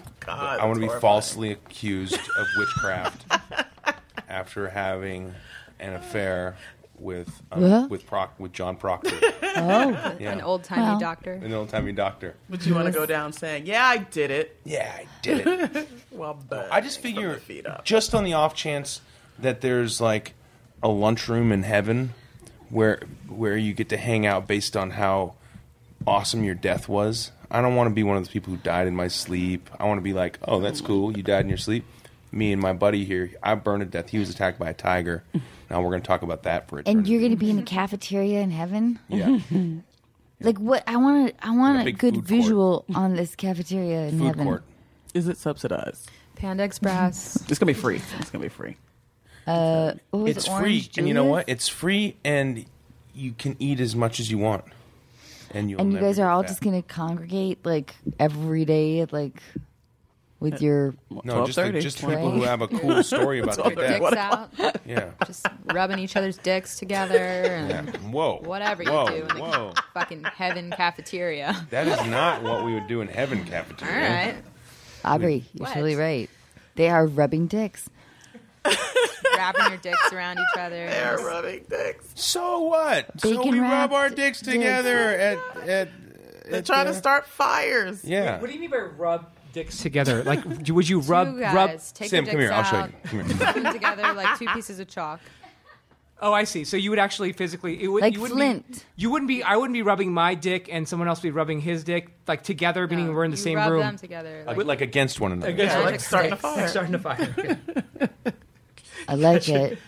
E: I want to be
C: that's horrifying.
E: falsely accused of witchcraft after having an affair with um,
A: What?
E: with Proc with John Proctor,
A: Oh,
E: yeah.
B: An old timey
A: Well.
B: doctor.
E: an old-timey doctor.
C: But you want to go down saying, "Yeah, I did it."
E: Yeah, I did it.
C: Well, but
E: I just figure,
C: feet up.
E: just on the off chance that there's like a lunchroom in heaven where where you get to hang out based on how awesome your death was. I don't want to be one of those people who died in my sleep. I want to be like, oh, that's cool. You died in your sleep. Me and my buddy here, I burned to death. He was attacked by a tiger. Now we're going to talk about that for a
A: and you're going to be in a cafeteria in heaven?
E: yeah.
A: Like what? I want to. I
E: Like
A: want
E: a
A: a,
E: big
A: good
E: food court.
A: visual on this cafeteria in
E: food
A: heaven.
E: court.
C: Is it subsidized?
B: Panda Express.
C: It's gonna be free. It's gonna be free.
A: Uh, what was
E: It's
A: it,
E: free,
A: Orange
E: and you know
A: Julius?
E: what? It's free, and you can eat as much as you want. And you
A: And you guys are all just going to congregate like every day, like with your.
E: Uh, No, just, the,
C: 12:30.
E: just people who have a cool story about their
B: Dicks
E: death.
B: out.
E: Yeah.
B: Just rubbing each other's dicks together. And
E: yeah. Whoa.
B: Whatever you
E: whoa,
B: do in the-
E: Whoa.
B: Fucking heaven cafeteria.
E: That is not what we would do in heaven
B: All
E: cafeteria.
B: right.
A: Aubrey, you're
B: What?
A: totally right. They are rubbing dicks.
B: Wrapping your dicks around each other.
C: They're rubbing dicks.
E: So what? so
A: Bacon
E: we rub
A: wrapped
E: our dicks
A: dicks.
E: together at at.
C: They're trying to start fires.
E: Yeah.
D: What do you mean by rub dicks together? Like, would you rub
B: Two guys
D: rub?
B: take
E: Sam,
B: their
E: come here.
B: dicks
E: I'll show
B: out,
E: you. Come here.
B: put them together like two pieces of chalk.
D: Oh, I see. So you would actually physically, it would,
A: Like
D: you wouldn't be-
A: Flint.
D: you wouldn't be. I wouldn't be rubbing my dick, and someone else would be rubbing his dick, like together, meaning
B: No,
D: we're in the
B: you
D: same
B: rub
D: room.
B: them together.
E: Like, like against one another.
D: Against-
B: magic
D: like
C: starting a
B: sticks.
C: fire.
D: Starting to fire. Okay.
A: I like it.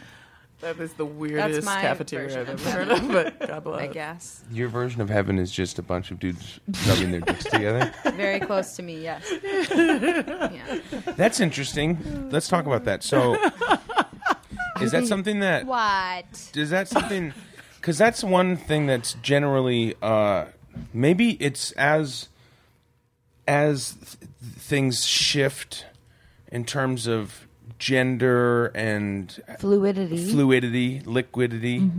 C: That is the weirdest
B: my
C: cafeteria I've
B: version
C: ever heard of. But God
B: I
C: bless.
B: guess.
E: Your version of heaven is just a bunch of dudes rubbing their dicks together.
B: Very close to me, yes. Yeah.
E: That's interesting. Let's talk about that. So, is that something that
B: What?
E: Is that something? Because that's one thing that's generally uh, maybe it's as as th- things shift in terms of gender and
A: Fluidity. Mm-hmm.
E: fluidity, liquidity.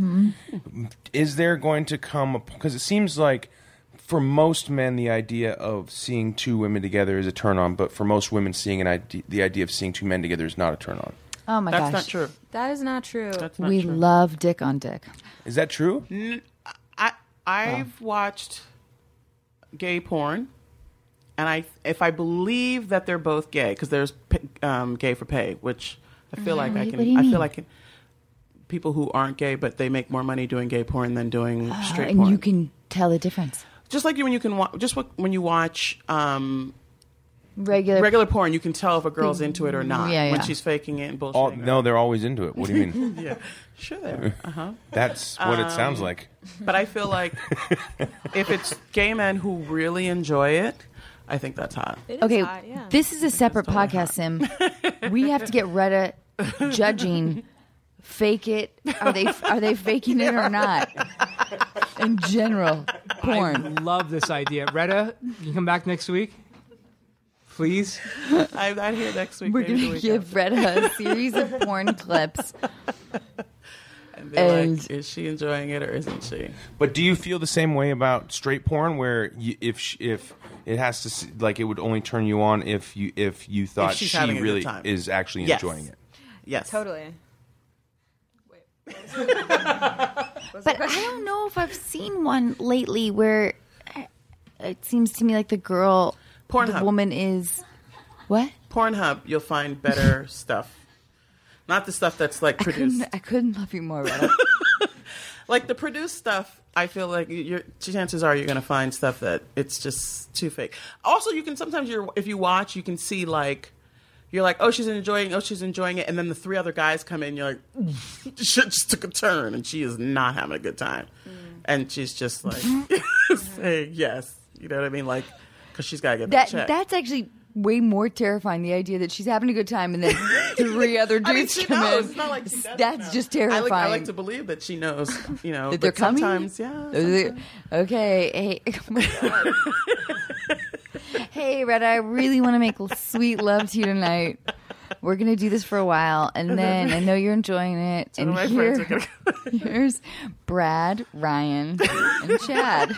E: Is there going to come because it seems like for most men the idea of seeing two women together is a turn on, but for most women seeing an idea, the idea of seeing two men together is not a turn on.
A: oh my
C: That's
A: gosh.
C: not true.
B: That is not true.
C: That's not
A: We
C: true.
A: love dick on dick.
E: Is that true?
A: Oh.
C: I I've watched gay porn, and and I if I believe that they're both gay because there's p- um, gay for pay, which I feel like I
A: Mm-hmm. What
C: can.
A: do you
C: I feel
A: mean?
C: like can, people who aren't gay but they make more money doing gay porn than doing straight
A: Ah, Uh, and
C: porn.
A: you can tell the difference.
C: just like you when you can watch just what, when you watch um,
A: Regular, Mm-hmm.
C: regular porn, you can tell if a girl's into it or not
A: Yeah,
C: when
A: yeah.
C: she's faking it and bullshitting.
E: All,
C: or-
E: no, they're always into it. Oh, What do you mean?
C: yeah, sure they are. Uh-huh. Um,
E: That's what it sounds like.
C: But I feel like if it's gay men who really enjoy it, I think that's hot.
A: okay,
B: hot, yeah.
A: this is a separate podcast, Sim. we have to get Reddit judging. Fake it? Are they are they faking it or not? In general, porn.
D: Love this idea. Retta, you come back next week? Please?
C: I, I'd hear next week.
A: We're
C: maybe the
A: gonna
C: week
A: give Retta a series of porn clips.
C: after. Be
A: and-
C: like, is she enjoying it or isn't she?
E: But do you feel the same way about straight porn, where you, if sh if it has to s- like it would only turn you on if you if you thought
C: she's
E: she
C: having a good
E: really
C: time.
E: is actually
C: Yes.
E: enjoying it?
C: Yes,
B: Totally.
A: But I don't know if I've seen one lately where uh, it seems to me like the girl,
C: Pornhub.
A: the woman is what?
C: Pornhub, you'll find better stuff. Not the stuff that's like
A: I couldn't,
C: produced,
A: I couldn't love you more. Retta.
C: like the produced stuff. I feel like you- your chances are you're gonna find stuff that it's just too fake. Also, you can sometimes you're if you watch, you can see like you're like, oh, she's enjoying, oh, she's enjoying it, and then the three other guys come in, you're like, shit just took a turn, and she is not having a good time,
A: Mm.
C: and she's just like
A: Mm-hmm.
C: saying yes, you know what I mean, like because she's gotta get that,
A: That
C: check.
A: that's actually way more terrifying. The idea that she's having a good time and then three other dudes
C: I mean, she
A: come
C: knows.
A: in.
C: It's not like she doesn't
A: that's
C: know.
A: just
C: I
A: terrifying.
C: like, I like to believe that she knows, you know, Oh,
A: that
C: but
A: they're coming.
C: sometimes, yeah.
A: Those are- okay. Hey. oh my God. hey, Retta. I really want to make sweet love to you tonight. We're gonna do this for a while, and then I know you're enjoying it.
C: some
A: and
C: of my
A: here,
C: friends are gonna
A: here's Brad, Ryan, and Chad.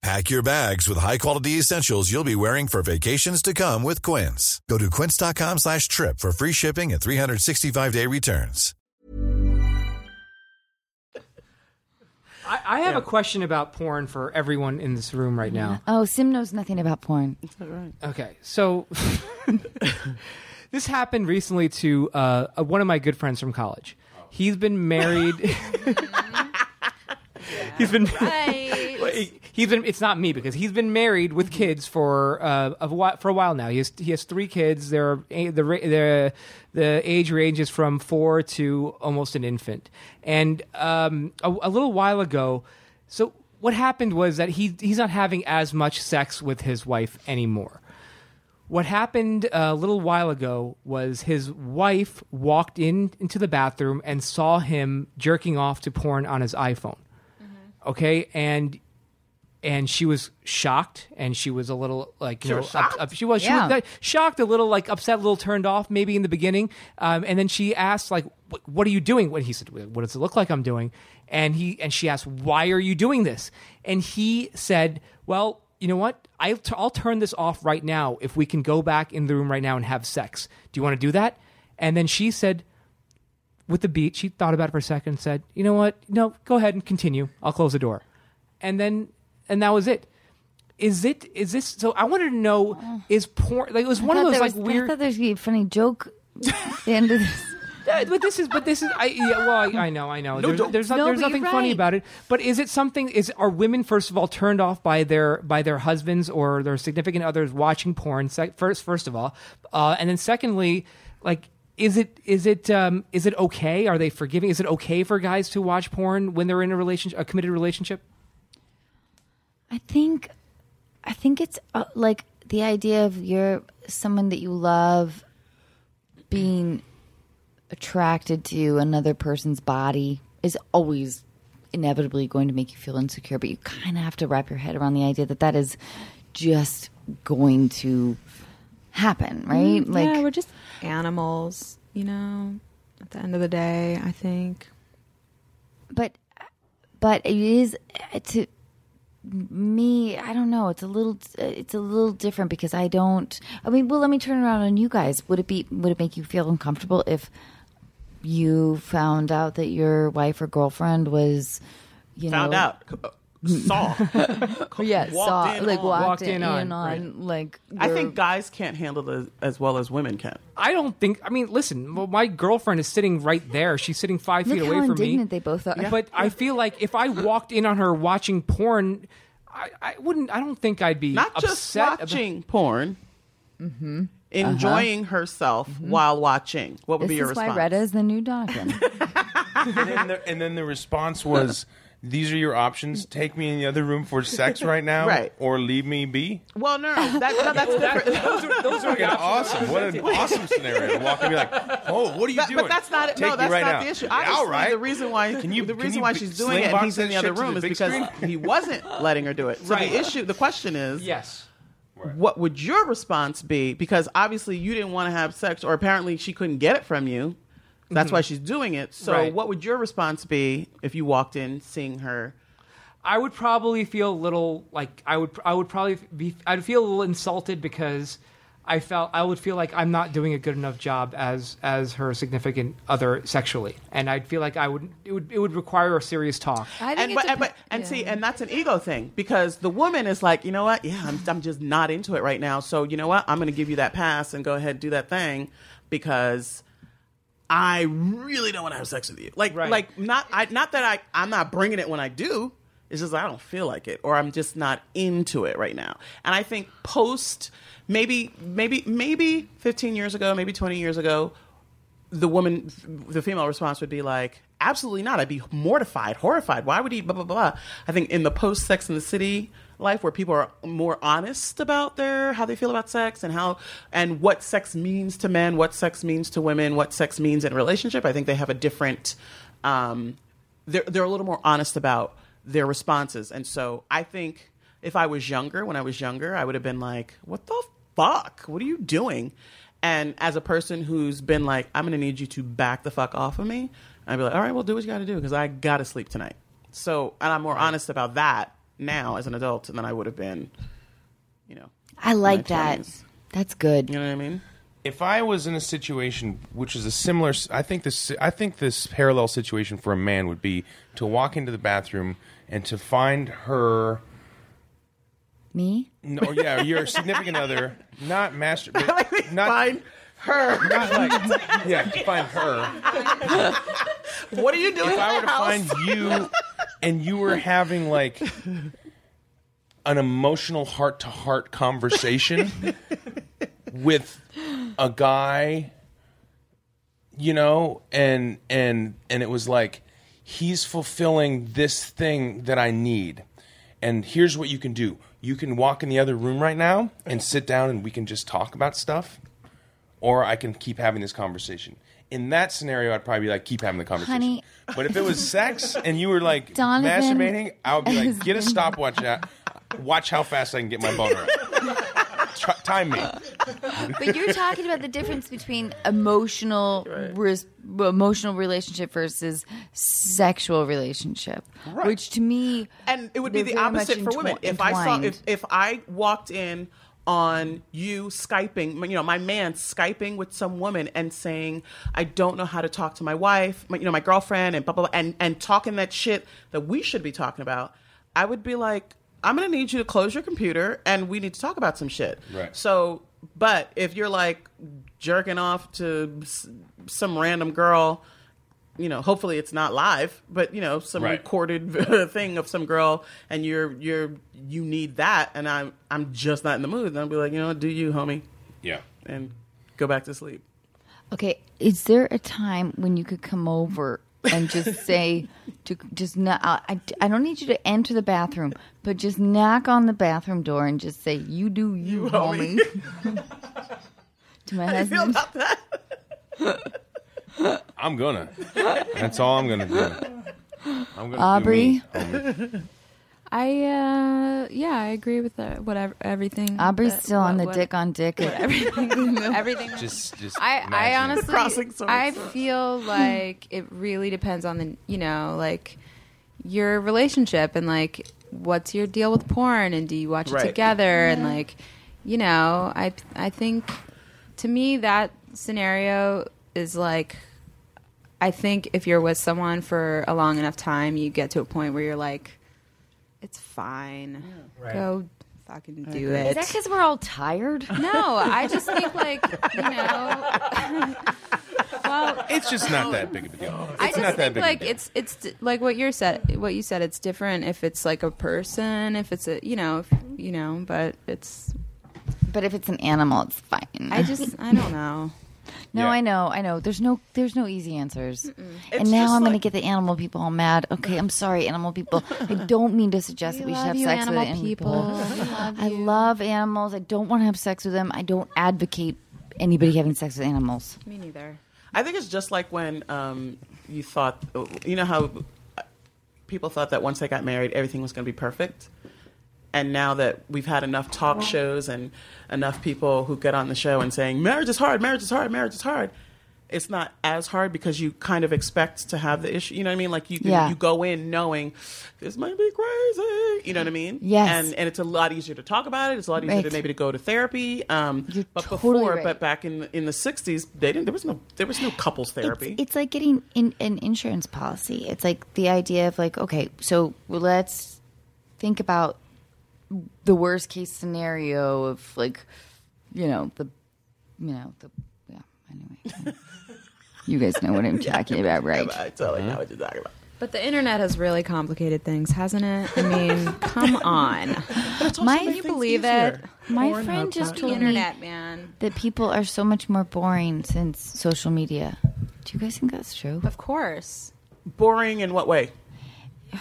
G: Pack your bags with high-quality essentials you'll be wearing for vacations to come with Quince. Go to quince.com slash trip for free shipping and 365-day returns.
D: I, I have a question about porn for everyone in this room right now.
A: Oh, Sim knows nothing about porn.
D: Okay, so this happened recently to uh, uh, one of my good friends from college.
A: Oh.
D: He's been married. He's been. He's been. It's not me because he's been married with kids for uh, a while, for a while now. He has he has three kids. They're a- the ra- the the age ranges from four to almost an infant. And um, a, a little while ago, so what happened was that he he's not having as much sex with his wife anymore. What happened uh, a little while ago was his wife walked in into the bathroom and saw him jerking off to porn on his iPhone. Okay, and and she was shocked and she was a little like you know up, up, she was she
A: Yeah.
D: was like, shocked a little like upset a little turned off maybe in the beginning um, and then she asked like "What- what are you doing what he said what does it look like i'm doing and he and she asked why are you doing this and he said well you know what I'll, t- I'll turn this off right now if we can go back in the room right now and have sex do you want to do that and then she said with the beat, she thought about it for a second and said, You know what? No, go ahead and continue. I'll close the door. And then and that was it. Is it is this so I wanted to know is porn like it was one
A: Uh. I
D: of
A: thought
D: those
A: there
D: like
A: was- I
D: weird
A: thought there's gonna be a funny joke. at the end of this.
D: Yeah, Uh, but this is but this is I yeah, well I, I know I know there's, there's, not,
A: No,
D: there's
A: but
D: nothing
A: you're
D: funny
A: right.
D: about it but is it something is are women first of all turned off by their by their husbands or their significant others watching porn sec- first first of all uh, and then secondly like is it is it um, is it okay? Are they forgiving? Is it okay for guys to watch porn when they're in a relationship, a committed relationship?
A: I think, I think it's uh, like the idea of you're someone that you love being attracted to another person's body is always inevitably going to make you feel insecure. But you kind of have to wrap your head around the idea that that is just going to happen, right?
B: Mm, yeah, we're just animals, you know. At the end of the day, I think.
A: but but it is uh, to me i don't know it's a little it's a little different because i don't i mean well let me turn around on you guys would it be would it make you feel uncomfortable if you found out that your wife or girlfriend was you
C: Found
A: know
C: out. Saw.
A: yeah saw
C: in
A: like
C: on.
A: walked,
D: Walked
A: in,
D: in
A: on,
D: on, right.
A: like
C: I
A: your-
C: think guys can't handle it as well as women can.
D: I don't think. I mean, listen, m- my girlfriend is sitting right there. She's sitting five
A: look
D: feet
A: how
D: away from me.
A: indignant they both are
D: But I feel like if I walked in on her watching porn, I, I wouldn't. I don't think I'd be
C: Not just
D: upset about-
C: watching porn,
A: Mm-hmm.
C: enjoying herself while watching. What would
A: this
C: be your
A: is
C: response?
A: why Retta is the new Dawkins.
E: and, then the, and then the response was, "These are your options. Take me in the other room for sex right now,
C: Right.
E: or leave me be."
C: Well, no, no, that, no that's different.
D: Those are, those are the
E: Fucking
D: options.
E: awesome! What an awesome scenario. Walk and be like, "Oh, what are you
C: That-
E: doing?"
C: but that's not
E: Take
C: no,
E: me
C: that's
E: right
C: not
E: now."
C: the issue.
E: Yeah,
C: Obviously,
E: all right.
C: the reason why
E: Can you-
C: the
E: can
C: reason
E: you
C: why
E: b-
C: she's doing it and
E: slingbox
C: he's in
E: that
C: the other
E: shit to the
C: room is
E: big
C: because
E: screen?
C: he wasn't letting her do it. So
D: Right.
C: the issue, the question is,
D: Yes.
C: what would your response be? Because obviously you didn't want to have sex, or apparently she couldn't get it from you. That's
E: Mm-hmm.
C: why she's doing it. So
D: Right.
C: what would your response be if you walked in seeing her?
D: I would probably feel a little like I would I would probably be I'd feel a little insulted because I felt I would feel like I'm not doing a good enough job as as her significant other sexually, and I'd feel like I would it would it would require a serious talk.
B: I think
C: And
B: it
C: but, and,
B: depe-
C: but, and see,
B: yeah.
C: and that's an ego thing because the woman is like, you know what? Yeah, I'm, I'm just not into it right now. So you know what? I'm going to give you that pass and go ahead and do that thing because I really don't want to have sex with you. Like,
D: Right.
C: like not I, not that I I'm not bringing it when I do. It's just I don't feel like it, or I'm just not into it right now. And I think post maybe maybe maybe 15 years ago, maybe 20 years ago, the woman, the female response would be like, absolutely not. I'd be mortified, horrified. Why would he, blah, blah, blah. I think in the post Sex in the City life where people are more honest about their, how they feel about sex and how, and what sex means to men, what sex means to women, what sex means in a relationship, I think they have a different, um, they're, they're a little more honest about their responses. And so I think if I was younger, when I was younger, I would have been like, what the fuck? What are you doing? And as a person who's been like, I'm going to need you to back the fuck off of me, I'd be like, all right, well, do what you got to do because I got to sleep tonight. So, and I'm more honest about that now as an adult than I would have been, you know.
A: I like that.
C: 20s.
A: That's good.
C: You know what I mean?
E: if I was in a situation which is a similar, I think this, I think this parallel situation for a man would be to walk into the bathroom and to find her,
A: Me?
E: no, oh, yeah, your significant other, not master, but not
C: Fine. Her.
E: not like, yeah, to find her.
C: What are you doing?
E: If I were
C: in
E: to
C: my house?
E: find you, and you were having like an emotional heart to heart conversation with a guy you know and and and it was like he's fulfilling this thing that i need and here's what you can do you can walk in the other room right now and sit down and we can just talk about stuff or i can keep having this conversation in that scenario i'd probably be like keep having the conversation
A: Honey.
E: but if it was sex and you were like
A: Donovan
E: masturbating i would be
A: has
E: like get a
A: been-
E: stopwatch out watch how fast i can get my boner out. Try, time me
A: But you're talking about the difference between emotional res- emotional relationship versus sexual relationship, which to me
C: and it would be
A: they're
C: the
A: very much
C: opposite for women.
A: entwi-
C: If I saw
A: entwined.
C: if if I walked in on you skyping, you know, my man skyping with some woman and saying, "I don't know how to talk to my wife, my, you know, my girlfriend," and blah blah, blah and and talking that shit that we should be talking about, I would be like, "I'm gonna need you to close your computer and we need to talk about some shit."
E: Right.
C: So, but if you're like jerking off to s- some random girl. You know, hopefully it's not live, but you know, some
E: Right.
C: recorded thing of some girl and you're you're you need that and I'm I'm just not in the mood, then I'll be like, you know what, do you, homie?
E: yeah
C: And go back to sleep.
A: Okay, is there a time when you could come over and just say to just not? I, I don't need you to enter the bathroom, but just knock on the bathroom door and just say, "You do you, homie." to my husband,
E: I'm gonna. That's all I'm gonna do. I'm gonna
A: Aubrey?
E: Do me, homie.
B: I uh, yeah, I agree with the, whatever everything.
A: Aubrey's
B: that-
A: still on
B: what-
A: the
B: what-
A: dick on dick.
B: Everything. everything.
E: just, just.
B: I, I
E: imagine.
B: honestly,
C: Crossing swords.
B: I feel like it really depends on the, you know, like your relationship and like what's your deal with porn and do you watch
C: Right.
B: it together and like, you know, I I think to me that scenario is like, I think if you're with someone for a long enough time, you get to a point where you're like, it's fine,
D: Right.
B: go fucking do it.
A: Is that because we're all tired?
B: No, I just think like you know. well,
E: It's just not that big of a deal. It's
B: I just
E: not that
B: think
E: big
B: like
E: of a deal.
B: it's it's d- like what you said. What you said, it's different if it's like a person, if it's a you know, if, you know. But it's
A: But if it's an animal, it's fine.
B: I just I don't know.
A: no,
E: Yeah.
A: I know, I know. There's no, there's no easy answers.
C: It's
A: And now
C: just
A: I'm going
C: like-
A: to get the animal people all mad. Okay, I'm sorry, animal people. I don't mean to suggest that we should have sex with animal I love animals. I don't want to have sex with them. I don't advocate anybody having sex with animals.
B: Me neither.
C: I think it's just like when um, you thought, you know how people thought that once they got married, everything was going to be perfect. And now that we've had enough talk shows and enough people who get on the show and saying, marriage is hard, marriage is hard, marriage is hard, it's not as hard because you kind of expect to have the issue. You know what I mean? Like you, can,
A: Yeah.
C: you go in knowing this might be crazy. You know what I mean?
A: Yes.
C: And, and it's a lot easier to talk about it. It's a lot easier to
A: Right.
C: maybe to go to therapy. Um,
A: You're
C: but
A: totally
C: before,
A: right.
C: but back in in the '60s, they didn't. There was no there was no couples therapy.
A: It's, it's like getting in, an insurance policy. It's like the idea of like, okay, so let's think about the worst case scenario of like, you know, the, you know, the, yeah. Anyway, you guys know what I'm talking about, right?
C: I totally know what you're talking about.
B: But the internet has really complicated things, hasn't it? I mean, come on.
A: My-
B: Can you believe it?
A: My friend just
B: The
A: told me
B: internet, man.
A: that people are so much more boring since social media. Do you guys think that's true?
B: Of course.
C: Boring in what way?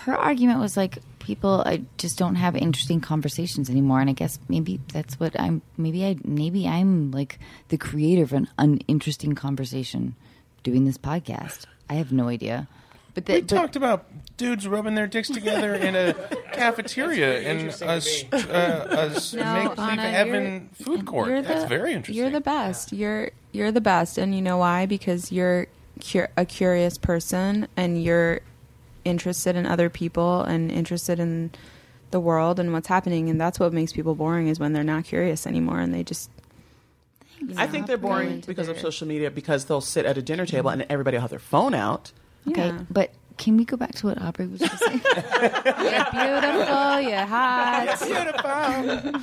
A: her argument was like people I just don't have interesting conversations anymore and I guess maybe that's what I'm maybe I maybe I'm like the creator of an uninteresting conversation doing this podcast. I have no idea. But
E: We
A: that but,
E: talked about dudes rubbing their dicks together in a cafeteria in a, st- uh, a
B: No,
E: make believe
B: Anna,
E: heaven food court.
B: You're the-
E: That's very interesting.
B: You're the best. You're you're the best, and you know why? Because you're cu- a curious person, and you're interested in other people, and interested in the world and what's happening. And that's what makes people boring is when they're not curious anymore, and they just. you
C: I
B: know,
C: think they're
B: go
C: boring
B: into
C: because of
B: their-
C: social media because they'll sit at a dinner table and everybody will have their phone out.
A: okay,
B: Yeah.
A: but can we go back to what Aubrey was just saying?
B: You're beautiful. You're hot.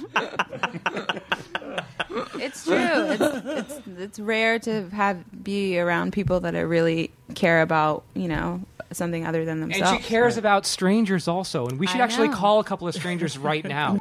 B: It's true. It's, it's it's rare to have be around people that I really care about. You know, something other than
D: And
B: themselves.
D: she cares about strangers also, and we should
B: I
D: actually
B: know.
D: call a couple of strangers right now.